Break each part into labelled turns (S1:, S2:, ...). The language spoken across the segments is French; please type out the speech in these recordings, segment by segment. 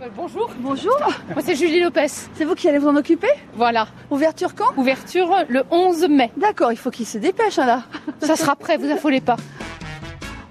S1: Euh, bonjour.
S2: Bonjour,
S1: Moi, c'est Julie Lopez.
S2: c'est vous qui allez vous en occuper
S1: Voilà.
S2: Ouverture quand
S1: Ouverture le 11 mai.
S2: D'accord, il faut qu'il se dépêche hein, là.
S1: Ça sera prêt, vous affolez pas.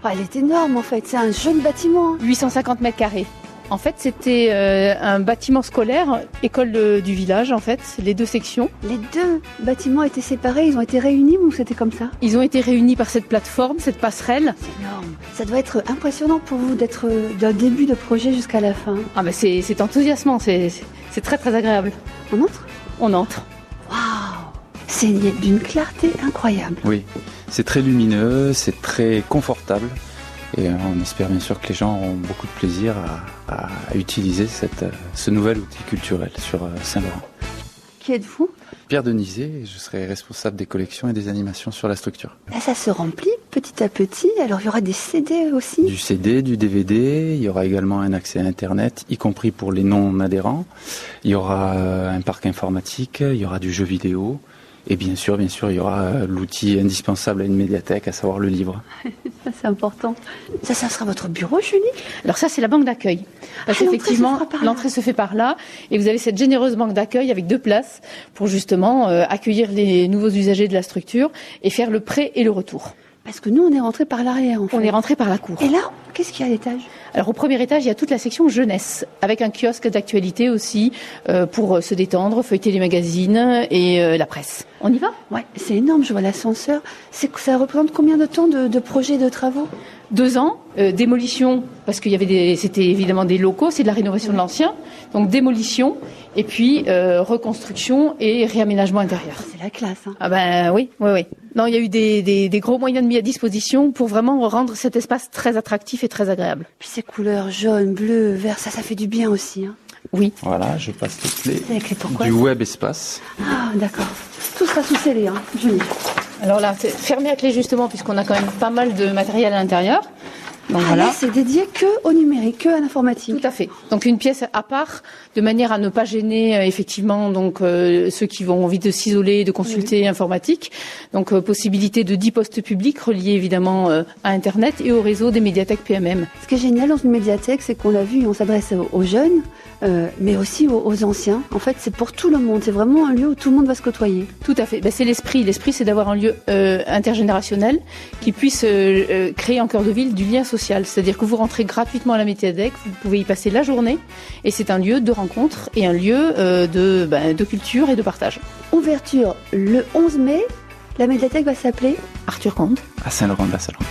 S2: Ah, il est énorme en fait, c'est un jeune bâtiment. hein.
S1: 850 mètres carrés. En fait, c'était euh, un bâtiment scolaire, école de- du village, en fait, les deux sections.
S2: Les deux bâtiments étaient séparés, ils ont été réunis ou c'était comme ça
S1: Ils ont été réunis par cette plateforme, cette passerelle.
S2: C'est énorme. Ça doit être impressionnant pour vous d'être euh, d'un début de projet jusqu'à la fin.
S1: Ah ben c'est c'est enthousiasmant, c'est c'est- c'est très très agréable.
S2: On entre
S1: On entre.
S2: Waouh C'est d'une clarté incroyable.
S3: Oui, c'est très lumineux, c'est très confortable. Et euh, on espère bien sûr que les gens auront beaucoup de plaisir à, à utiliser cette, euh, ce nouvel outil culturel sur euh, Saint-Laurent.
S2: Qui êtes-vous
S3: Pierre Denizé, je serai responsable des collections et des animations sur la structure.
S2: Là, ça se remplit petit à petit. Alors, il y aura des CD aussi.
S3: Du CD, du DVD, il y aura également un accès à Internet, y compris pour les non-adhérents. Il y aura euh, un parc informatique, il y aura du jeu vidéo. Et bien sûr, bien sûr, il y aura euh, l'outil indispensable à une médiathèque, à savoir le livre.
S2: Ça, c'est important. Ça, ça sera votre bureau, Julie
S1: Alors ça, c'est la banque d'accueil. Parce
S2: Ah, l'entrée se
S1: qu'effectivement,
S2: fera par là.
S1: l'entrée se fait par là. Et vous avez cette généreuse banque d'accueil avec deux places pour justement euh, accueillir les nouveaux usagers de la structure et faire le prêt et le retour.
S2: Parce que nous, on est rentré par l'arrière, en fait.
S1: On est rentré par la cour.
S2: Et là, qu'est-ce qu'il y a à l'étage
S1: Alors au premier étage, il y a toute la section jeunesse, avec un kiosque d'actualité aussi euh, pour euh, se détendre, feuilleter les magazines et euh, la presse. On y va
S2: Ouais, c'est énorme, je vois l'ascenseur. C'est Ça représente combien de temps de, de projets, de travaux
S1: Deux ans, euh, démolition, parce qu'il y avait des, c'était évidemment des locaux, c'est de la rénovation de l'ancien, donc démolition, et puis euh, reconstruction et réaménagement intérieur.
S2: C'est la classe, hein.
S1: Ah ben oui, oui, oui. Non, il y a eu des, des, des gros moyens de mis à disposition pour vraiment rendre cet espace très attractif et très agréable.
S2: Puis ces couleurs jaune, bleu, vert, ça, ça fait du bien aussi, hein.
S1: Oui.
S3: Voilà, je passe les clés
S2: C'est la clé pourquoi
S3: du web espace.
S2: Ah, d'accord. Tout sera sous scellé, hein, Julie.
S1: Alors là, c'est fermé à clé justement, puisqu'on a quand même pas mal de matériel à l'intérieur. Donc
S2: Ah, là,
S1: voilà.
S2: c'est dédié que au numérique, que à l'informatique.
S1: Tout à fait. Donc une pièce à part, de manière à ne pas gêner euh, effectivement donc euh, ceux qui ont envie de s'isoler, de consulter informatique. Donc euh, possibilité de 10 postes publics reliés évidemment euh, à Internet et au réseau des médiathèques PMM.
S2: Ce qui est génial dans une médiathèque, c'est qu'on l'a vu, on s'adresse aux aux jeunes, euh, mais aussi aux, aux anciens. En fait, c'est pour tout le monde. C'est vraiment un lieu où tout le monde va se côtoyer.
S1: Tout à fait. Ben, c'est l'esprit. L'esprit, c'est d'avoir un lieu euh, intergénérationnel qui puisse euh, euh, créer en cœur de ville du lien social. C'est-à-dire que vous rentrez gratuitement à la médiathèque, vous pouvez y passer la journée, et c'est un lieu de rencontre et un lieu euh, de, ben, de culture et de partage.
S2: Ouverture le 11 mai. La médiathèque va s'appeler
S1: Arthur Comte.
S3: Ah, À Saint-Laurent de la Salanque.